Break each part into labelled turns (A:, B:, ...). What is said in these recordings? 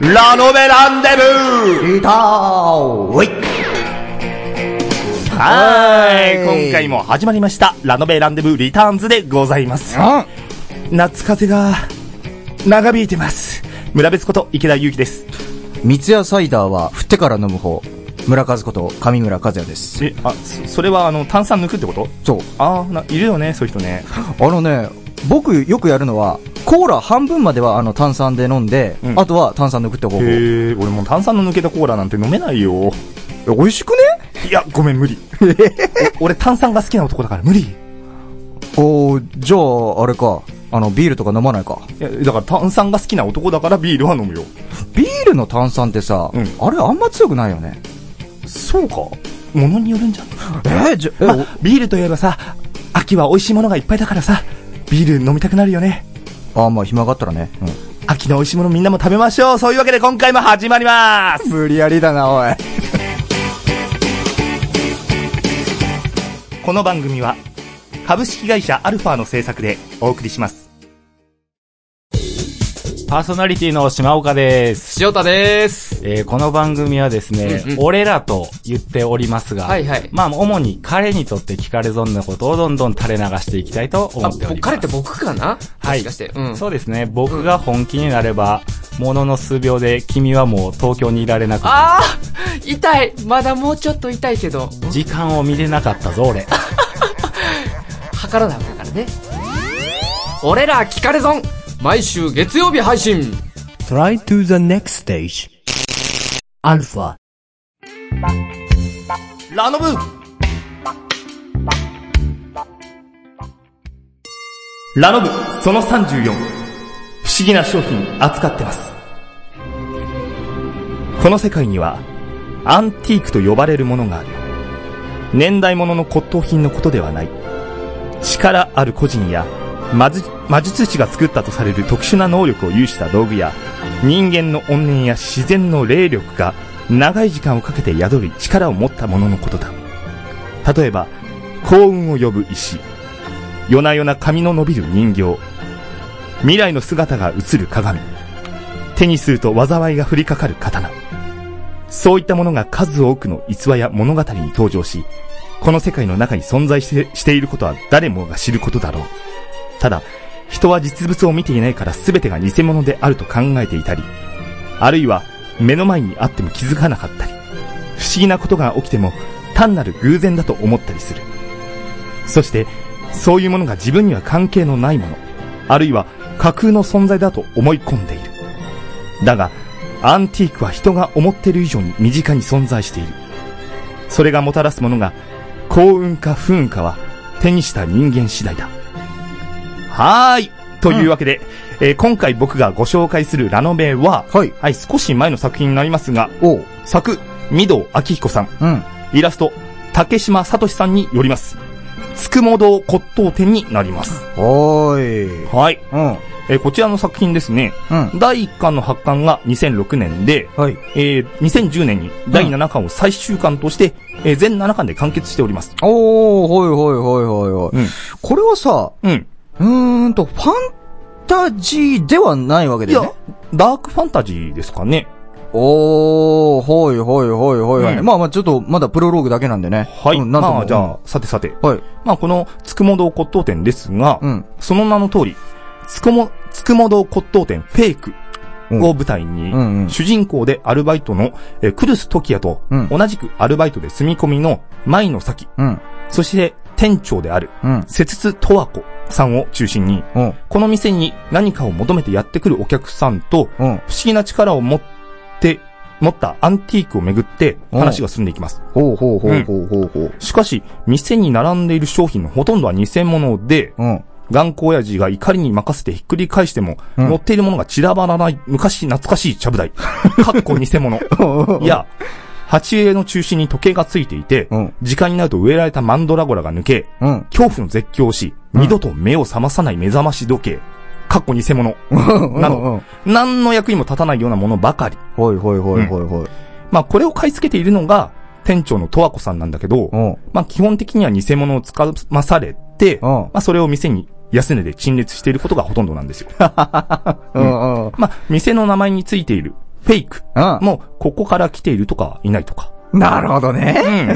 A: ラノベランデブー
B: いたおい
A: はー
B: はい
A: い今回も始まりましたラノベランデブーリターンズでございます
B: あ
A: 夏風が長引いてます村別こと池田裕貴です
B: 三ツ矢サイダーは振ってから飲む方。村和こと上村和也です。
A: えあそそれはあの炭酸抜くってこと
B: そう。
A: ああいるよねそういう人ね
B: あのね、僕よくやるのは、コーラ半分まではあの炭酸で飲んで、
A: うん
B: あとは炭酸抜くって方法。え
A: へえ俺もう炭酸の抜けたコーラなんて飲めないよ
B: 美味しくね
A: いやごめん無 理お俺炭酸が好きな男だから無理い
B: おーじゃあ、あれか。あの、ビールとか飲まないか。
A: やだから炭酸が好きな男だからビールは飲むよ
B: ビールの炭酸ってさ、
A: うん
B: あれあんま強くないよね。
A: そうかものによるんじゃん
B: えー、じゃ、え、
A: まあ、ビールといえばさ秋は美味しいものがいっぱいだからさビール飲みたくなるよね
B: おあ、まあ暇があったらね。
A: 秋の美味しいものみんなも食べましょうそういうわけで今回も始まります
B: 無理やりだな、おい。
A: この番組は株式会社アルファの制作でお送りします
C: パーソナリティの島岡です。
D: 塩田です。
C: えーこの番組はですね、
D: うんうん
C: 俺らと言っておりますが、
D: はいはい
C: まあ、主に彼にとって聞かれ損なことをどんどん垂れ流していきたいと思っ
D: あ、
C: ております。
D: 彼って僕かな
C: は
D: も
C: い
D: しかして。うん。
C: そうですね、僕が本気になれば、ものの数秒で君はもう東京にいられなくな
D: ああ痛いまだもうちょっと痛いけど、
C: る時間を見れなかったぞ、俺。
D: 測らなあかんからね。俺ら聞かれ損毎週月曜日配信
E: Try to the next stage. Alpha.
A: ラノブラノブその34不思議な商品扱ってますこの世界にはアンティークと呼ばれるものがある年代物の骨董品のことではない力ある個人や魔術魔術師が作ったとされる特殊な能力を有した道具や人間の怨念や自然の霊力が長い時間をかけて宿り力を持ったもののことだ例えば幸運を呼ぶ石夜な夜な髪の伸びる人形未来の姿が映る鏡手にすると災いが降りかかる刀そういったものが数多くの逸話や物語に登場しこの世界の中に存在してしていることは誰もが知ることだろう。ただ、人は実物を見ていないから全てが偽物であると考えていたり、あるいは目の前にあっても気づかなかったり、不思議なことが起きても単なる偶然だと思ったりする。そして、そういうものが自分には関係のないもの、あるいは架空の存在だと思い込んでいる。だが、アンティークは人が思っている以上に身近に存在している。それがもたらすものが幸運か不運かは手にした人間次第だ。はーい。というわけで、えー今回僕がご紹介するラノベは、
B: はい。
A: はい、少し前の作品になりますが、
B: おう。
A: 作、御堂明彦さん、
B: うん。
A: イラスト、竹島聡さんによります。つくも堂骨董店になります。
B: おーい。
A: はい。
B: うん。
A: えーこちらの作品ですね、
B: うん。
A: 第1巻の発刊が2006年で、
B: はい。
A: えー2010年に第7巻を最終巻として、えー全7巻で完結しております。
B: おー、ほいほいほいほいほい。
A: うん
B: これはさ、
A: うん。
B: うーんと、ファンタジーではないわけ
A: い
B: だよ
A: や
B: ね。、
A: ダークファンタジーですかね。
B: おー、ほいほいほいほいほい。
A: うん
B: まあまあ、ちょっと、まだプロローグだけなんでね。
A: はい。
B: うん、なんとも
A: まあ、じゃあ、さてさて。
B: はい。
A: まあ、この、つくも堂骨董店ですが、
B: うん。
A: その名の通り、つくも、つくも堂骨董店フェイクを舞台に、
B: うんうん
A: 主人公でアルバイトの、えークルス・トキヤと、
B: うん
A: 同じくアルバイトで住み込みの舞の咲、
B: うん。
A: そして店長である、
B: うん。
A: 節津十和子さんを中心に、
B: うん。
A: この店に何かを求めてやってくるお客さんと、
B: う
A: 不
B: ん。
A: 思議な力を持って、持ったアンティークをめぐって話が進んでいきます。
B: ほうほうほうほうほうほう。
A: しかし、店に並んでいる商品のほとんどは偽物で、
B: うん。
A: 頑固親父が怒りに任せてひっくり返しても、
B: うん
A: 乗っているものが散らばらない昔懐かしいちゃ ぶ台。かっこ偽物。いや、鉢植えの中心に時計がついていて、
B: うん。
A: 時間になると植えられたマンドラゴラが抜け、
B: うん。
A: 恐怖の絶叫をし、
B: うん
A: 二度と目を覚まさない目覚まし時計。かっこ偽物。など
B: うん。
A: 何の役にも立たないようなものばかり。
B: ほいほいほいほいほい。
A: まあこれを買い付けているのが、店長の十和子さんなんだけど、
B: うん。
A: まあ基本的には偽物をつかまされて、
B: うん
A: まあそれを店に安値で陳列していることがほとんどなんですよ。
B: うん。うん。
A: まあ店の名前についているフェイク
B: うん
A: もうここから来ているとかいないとか。
B: なるほどね。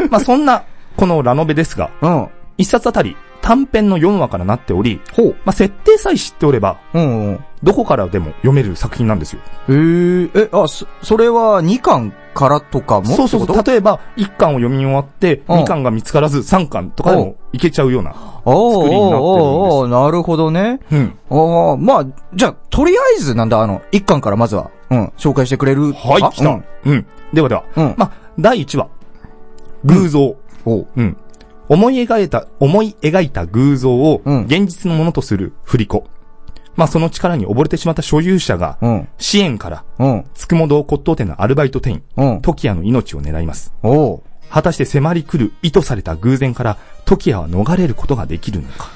A: うん。 まあそんな、このラノベですが、
B: うん。
A: 一冊あたり短編の4話からなっており、
B: ほう。
A: まあ設定さえ知っておれば、
B: うん、うん。
A: どこからでも読める作品なんですよ。
B: えー、え、あ、そ、それは2巻からとかも
A: そうそう
B: って
A: そ
B: こ
A: う。例えば、1巻を読み終わって、
B: うん
A: 2巻が見つからず3巻とかでもいけちゃうような。
B: とおー
A: 作りになってるんです
B: おーおーなるほどね。
A: うん。
B: ああ、まあ、じゃあ、とりあえずなんだ、あの、1巻からまずは、うん、紹介してくれるか。
A: はい、来た。うん。ではでは、
B: うん
A: まあ、第1話。偶像。
B: うん。
A: うん。思い描いた、思い描いた偶像を
B: うん
A: 現実のものとする振り子。まあその力に溺れてしまった所有者が、
B: おうん。
A: 支援から、
B: うん。
A: つくも堂骨董店のアルバイト店員、
B: うん。
A: トキヤの命を狙います。
B: おう
A: 果たして迫り来る意図された偶然から、トキヤは逃れることができるのか。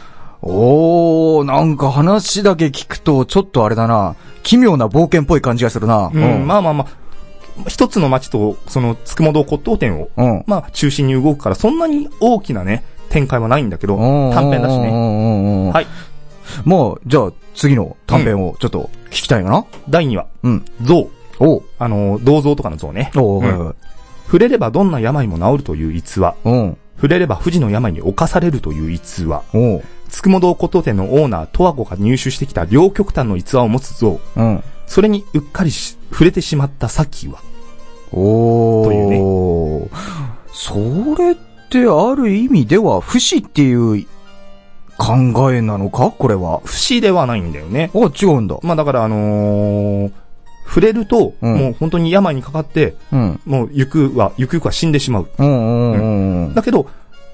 B: おおなんか話だけ聞くと、ちょっとあれだな。奇妙な冒険っぽい感じがするな。
A: うん、まあまあまあ、一つの町と、その、つくも堂骨董店を、
B: うん。
A: まあ中心に動くから、そんなに大きなね、展開はないんだけど、
B: うん。
A: 短編だし
B: うんう
A: ね。
B: んうんうん。
A: はい。
B: まあ、じゃあ、次の短編をちょっと聞きたいかな。
A: 第2話、
B: うん。
A: 像。
B: おう
A: あの、銅像とかの像ね。う
B: おう
A: ん
B: はいはい
A: 触れればどんな病も治るという逸話。
B: うん。
A: 触れれば富士の病に侵されるという逸話。
B: おう
A: つくも堂骨董店のオーナー、トワゴが入手してきた両極端の逸話を持つ像。
B: うん。
A: それにうっかりし、触れてしまったサキは。
B: おー。
A: という
B: それってある意味では不死っていう考えなのかこれは。
A: 不死ではないんだよね。
B: あ、違うんだ。
A: まあだからあのー、触れると、
B: うん
A: もう本当に病にかかって、
B: うん。
A: もうゆくは、ゆくゆくは死んでしまう。
B: うんうんうん。
A: だけど、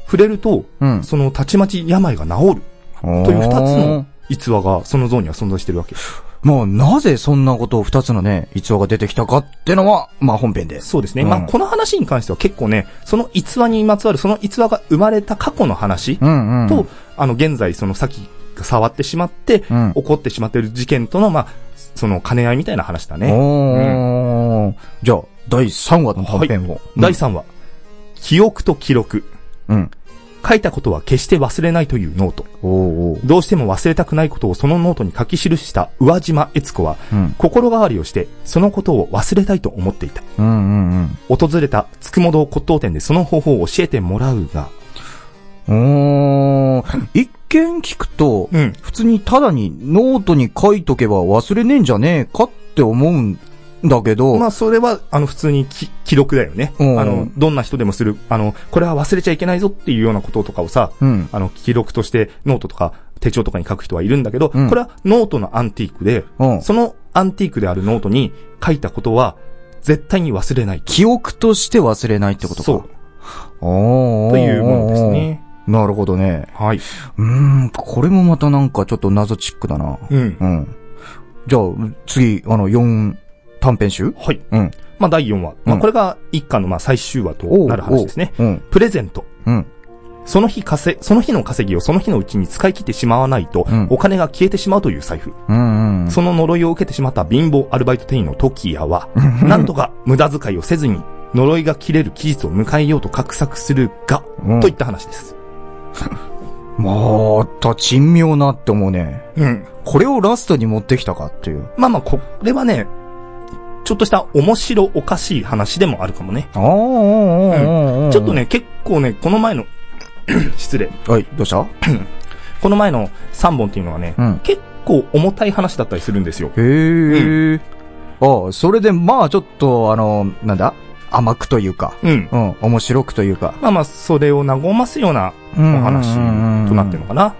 A: 触れると、
B: うん。
A: そのたちまち病が治る
B: と
A: という二つの。逸話がその像には存在してるわけ。
B: まあ、なぜそんなことを二つのね、逸話が出てきたかってのは、まあ本編です。
A: そうですね。
B: うん
A: まあ、この話に関しては結構ね、その逸話にまつわる、その逸話が生まれた過去の話
B: うんうん。
A: と、、あの、現在、その、さっき触ってしまって、
B: うん。
A: 起こってしまっている事件との、まあ、その、兼ね合いみたいな話だね。
B: おー。じゃあ、第三話の短編を。
A: 第3話、記憶と記録。
B: うん。
A: 書いたことは決して忘れないというノート。
B: おーおー。
A: どうしても忘れたくないことをそのノートに書き記した宇和島悦子は、
B: うん。
A: 心変わりをして、そのことを忘れたいと思っていた。
B: うんうんうん。
A: 訪れた、つくも堂骨董店でその方法を教えてもらうが、
B: うーん。一見聞くと、
A: うん。
B: 普通にただにノートに書いとけば忘れねえんじゃねえかって思うんだけど、
A: まあ、それは、あの、普通にき記録だよね。あ
B: うん
A: の、どんな人でもする、あの、これは忘れちゃいけないぞっていうようなこととかをさ、
B: うん。
A: あの、記録としてノートとか手帳とかに書く人はいるんだけど、
B: うん
A: これはノートのアンティークで、
B: うん。
A: そのアンティークであるノートに書いたことは、絶対に忘れないと。
B: 記憶として忘れないってことか。
A: そう。
B: おー。
A: というものです。ね。
B: なるほどね。
A: はい。
B: うーん、これもまたなんかちょっと謎チックだな。
A: うん
B: う。ん。じゃあ、次、あの、4短編集
A: はい。
B: うん。
A: まあ、第4話。まあ、
B: うん
A: これが一巻のまあ最終話と
B: おう
A: なる話ですね。
B: うん。
A: プレゼント。
B: うん。
A: その日稼、その日の稼ぎをその日のうちに使い切ってしまわないと
B: うん、
A: お金が消えてしまうという財布。
B: うん。うん。
A: その呪いを受けてしまった貧乏アルバイト店員のトキヤは、なんとか無駄遣いをせずに、呪いが切れる期日を迎えようと画策するが、
B: うん
A: といった話です。
B: また、珍妙なって思うね。
A: うん。
B: これをラストに持ってきたかっていう。
A: まあまあ、これはね、ちょっとした面白おかしい話でもあるかもね。
B: ああ、
A: ちょっと。ね、結構ね、この前の、 失礼。
B: はい、どうした
A: この前の3本っていうのはね、
B: うん
A: 結構重たい話だったりするんですよ。
B: へえ。ああ、それで、まあ、ちょっと、あの、なんだ甘くというか、
A: うん。
B: うん、面白くというか、
A: まあまあ、それを和ますような
B: お
A: お話となってるのかな。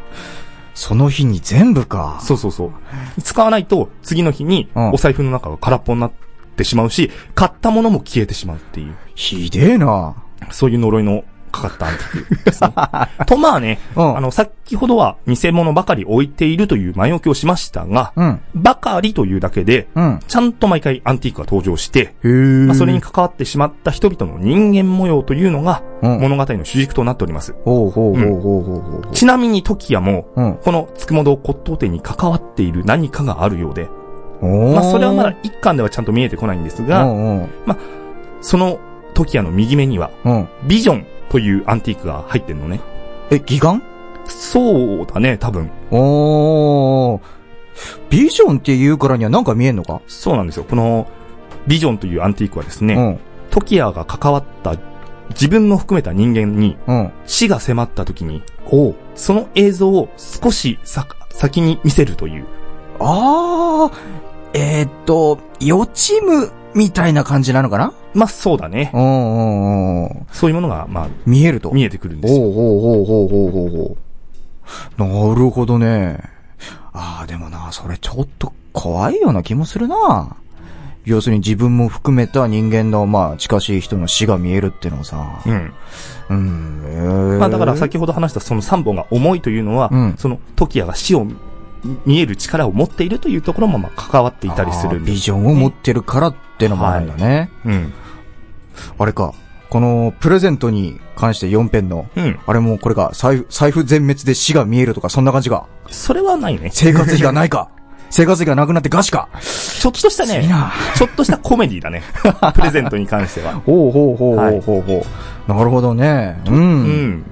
B: その日に全部か。
A: そうそうそう。使わないと、次の日に
B: うん
A: お財布の中が空っぽになってしまうし、買ったものも消えてしまうっていう、
B: ひでえな。
A: そういう呪いのかかったアンティーク ですね。と、まあね、
B: うん
A: あの、先ほどは偽物ばかり置いているという前置きをしましたが、
B: うん、
A: ばかりというだけで、
B: うん。
A: ちゃんと毎回アンティークが登場して、
B: へえ。
A: まあ、それに、関わってしまった人々の人間模様というのが、
B: うん、
A: 物語の主軸となっております。
B: ほうほうほうほうほうほう。
A: ちなみに、時矢も、
B: うん。
A: このつくも堂骨董店に関わっている何かがあるようで、
B: お
A: まあ、それはまだ、一巻ではちゃんと見えてこないんです
B: う
A: が、
B: んうん。
A: その時矢の右目には、
B: うん。
A: ビジョンというアンティークが入ってるのね。
B: え、義眼
A: そうだね、多分。
B: おー。ビジョンって言うからにはなんか見えんのか
A: そうなんですよ。この、ビジョンというアンティークはですね、
B: うん。
A: トキアが関わった自分も含めた人間に
B: うん。
A: 死が迫った時に、
B: おう。
A: その映像を少しさ先に見せるという。
B: あー、えーっと、予知夢みたいな感じなのかな
A: まあそうだね
B: う。んうんうん。
A: そういうものが、まあ、
B: 見えると。
A: 見えてくるんですよ。
B: おうおうおうおうおうおうおうなるほどね。ああ、でもな、それちょっと怖いような気もするな。要するに自分も含めた人間の、まあ、近しい人の死が見えるってのをさ。
A: うん。
B: うん、えー
A: まあだから先ほど話したその3本が重いというのは、
B: うん
A: そのトキアが死を見える力を持っているというところもまあ関わっていたりする
B: あ
A: ん
B: ー
A: で
B: ビ
A: す。
B: ジョンを持ってるからってのもあるんだね。
A: うん。
B: あれか。この、プレゼントに関して4編の、
A: うん。
B: あれもこれか、財布、財布全滅で死が見えるとか、そんな感じか。
A: それはないね。ち
B: 生活費がな いか。生活費がなくなってガチか。
A: ょっとしたね
B: いい、な。
A: ちょっとしたコメディ だね。プレゼントに関しては。
B: ほうほうほうほうほうほう。なるほどね。う。
A: うんん。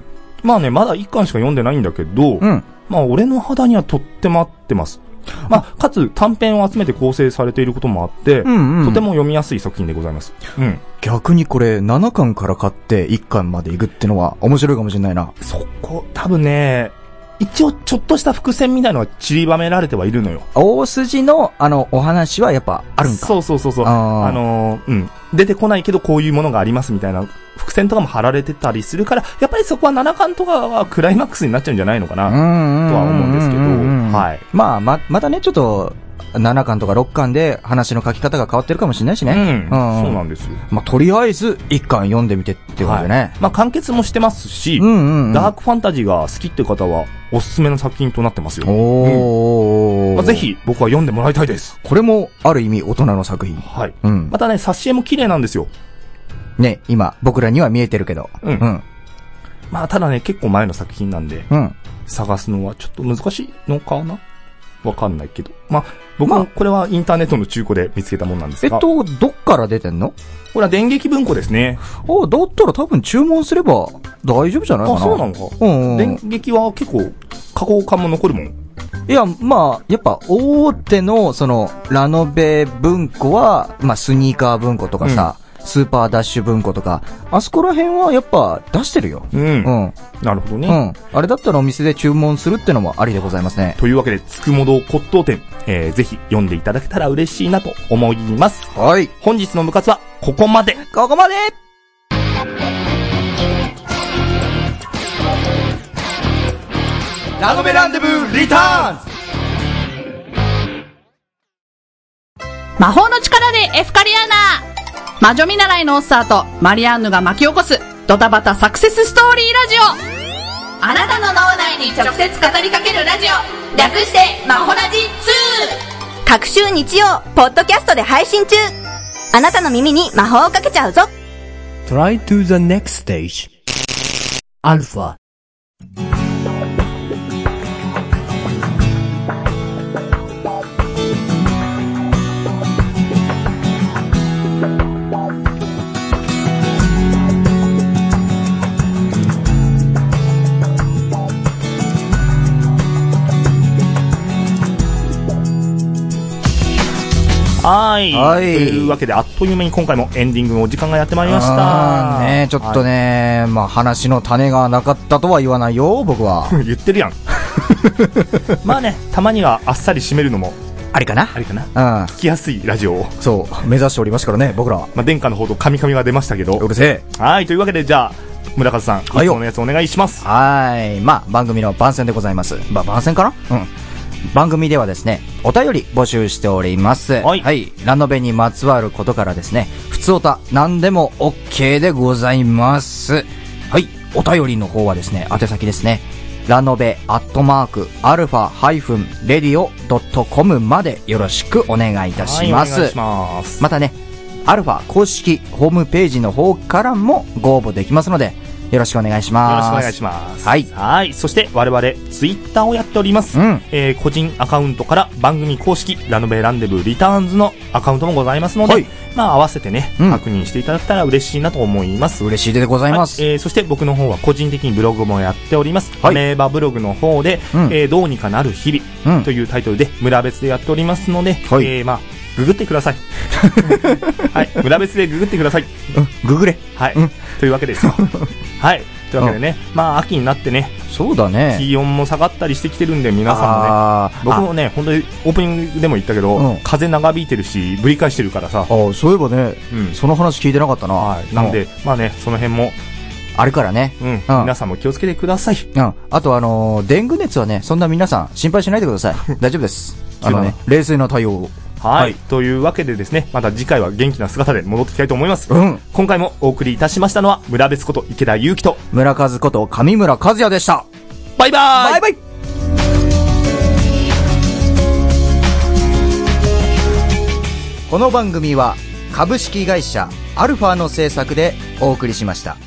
A: まあね、まだ1巻しか読んでないんだけど、
B: うん。
A: まあ俺の肌にはとっても合ってます。まあ、かつ短編を集めて構成されていることもあって、
B: うんうん。
A: とても読みやすい作品でございます。うん。
B: 逆にこれ7巻から買って1巻まで行くってのは面白いかもしれないな。
A: そこ、多分ね、一応ちょっとした伏線みたいのは散りばめられてはいるのよ。
B: 大筋のあのお話はやっぱあるんか。
A: そうそうそうそう。
B: あー
A: あのーうん。出てこないけどこういうものがありますみたいな伏線とかも貼られてたりするから、やっぱりそこは七巻とかはクライマックスになっちゃうんじゃないのかな、
B: うん
A: と
B: うん。
A: は思うんですけど、
B: い。
A: はい。
B: まあ、ま、またね、ちょっと、7巻とか6巻で話の書き方が変わってるかもしれないし
A: う
B: ね。
A: ん。そうなんんですよ。
B: まあ、とりあえず1巻読んでみてっていうことでね。
A: まあ完結もしてますし、
B: うんうんうん。
A: ダークファンタジーが好きっていう方はおすすめの作品となってますよ。
B: おー。
A: まあ、ぜ。ひ僕は読んでもらいたいです。
B: これも、ある意味大人の作品。
A: はい。
B: うん。
A: またね、挿絵も綺麗なんですよ。
B: ね、今、僕らには見えてるけど。
A: うん
B: うん。
A: まあただね、結構前の作品なんで、
B: うん。
A: 探すのはちょっと難しいのかなわかんないけど。まあ、僕もこれはインターネットの中古で見つけたもんなんです
B: えっ
A: が。
B: と、どっから出てんの
A: これは電撃文庫ですね。
B: ああ、だったら多分注文すれば大丈夫じゃないか
A: あ、
B: な。
A: そうなのか。
B: うん、うん。
A: 電撃は結構、加工感も残るもん。
B: いや、まあ、やっぱ大手の、その、ラノベ文庫は、まあ、スニーカー文庫とかさ、スーパーダッシュ文庫とか、あそこら辺はやっぱ出してるよ。
A: うん
B: う。ん。
A: なるほど
B: う
A: ね。
B: ん。あれだったらお店で注文するってのもありでございますね。
A: というわけで、つくも堂骨董店、えー、ぜひ読んでいただけたら嬉しいなと思います。
B: はい。
A: 本日の部活はここまで
B: ここまで
A: ラノベランデブーリターン
F: 魔法の力でエフカリアーナ魔女見習いのオッサーとマリアンヌが巻き起こすドタバタサクセスストーリーラジオあなたの脳内に直接語りかけるラジオ略してマホラジ
G: 各週日曜、ポッドキャストで配信中あなたの耳に魔法をかけちゃうぞ
E: Try to the next stage. Alpha.
A: はい。
B: はい
A: というわけで、あっという間に今回もエンディングのお時間がやってまいりました
B: あ。ーねちょっとね、まあ話の種がなかったとは言わないよ、僕は。
A: 言ってるやん。 まあね、たまにはあっさり締めるのも
B: ありかな
A: ありかな。
B: うん。
A: 聞きやすいラジオを。
B: そう、目指しておりますからね、僕らは。
A: まあ、殿下の報道、カミカミが出ましたけど
B: う。るせえ。
A: はい、というわけで、じゃあ、村上さん、いつ
B: はいよ
A: ものやつお願いします。
B: はーい。まあ、番組の番宣でございます。まあ、番宣かなうん。番組ではですね、お便り募集しております。
A: はい
B: ラノベにまつわることからですね、普通おた、何でも OK でございます。はい。お便りの方はですね、宛先ですね。ラノベアットマーク、アルファハイフン、レディオドットコムまでよろしくお願いいたしま
A: はい、
B: す。
A: お願いします。
B: またね、アルファ公式ホームページの方からもご応募できますので、よろしくお願いし
A: よろ
B: ま
A: し
B: す。
A: くお願いします。
B: はい
A: はい。そして、我々、ツイッターをやっております。
B: うん
A: えー個人アカウントから番組公式、ラノベランデブーリターンズのアカウントもございますので、
B: はい
A: まあ、合わせてね、
B: うん
A: 確認していただけたら嬉しいなと思います。
B: 嬉しいでございます。
A: はいえーそして僕の方は個人的にブログもやっております。
B: はい
A: アメーバブログの方で、
B: うん
A: えーどうにかなる日々
B: うん
A: というタイトルで村別でやっておりますので、
B: はい
A: えーまあ、ググってくだ さい。はい。村別でググってください。
B: ググれ。
A: はい。
B: うん
A: というわけです よ。はい。というわけでね、まあ、秋になってね、
B: そうだね。
A: 気温も下がったりしてきてるんで、皆さんもね、
B: あー
A: 僕もね、本当にオープニングでも言ったけど、
B: うん
A: 風長引いてるし、ぶり返してるからさ
B: あ、あそういえばね、
A: うん
B: その話聞いてなかったな。
A: はい。なので、まあね、その辺も、
B: あれからね。
A: うん、皆さんも気をつけてください。
B: うん。あとあのー、デング熱はね、そんな皆さん心配しないでく ださい。大丈夫です。あのね、冷静な対応を。
A: はい、
B: はい
A: というわけでですね、また次回は元気な姿で戻ってきたいと思います。
B: うん
A: 今回もお送りいたしましたのは、村別こと池田祐希と、
B: 村和こと上村和也でした。
A: バイバーイ
B: バイバイこの番組は株式会社アルファの制作でお送りしました。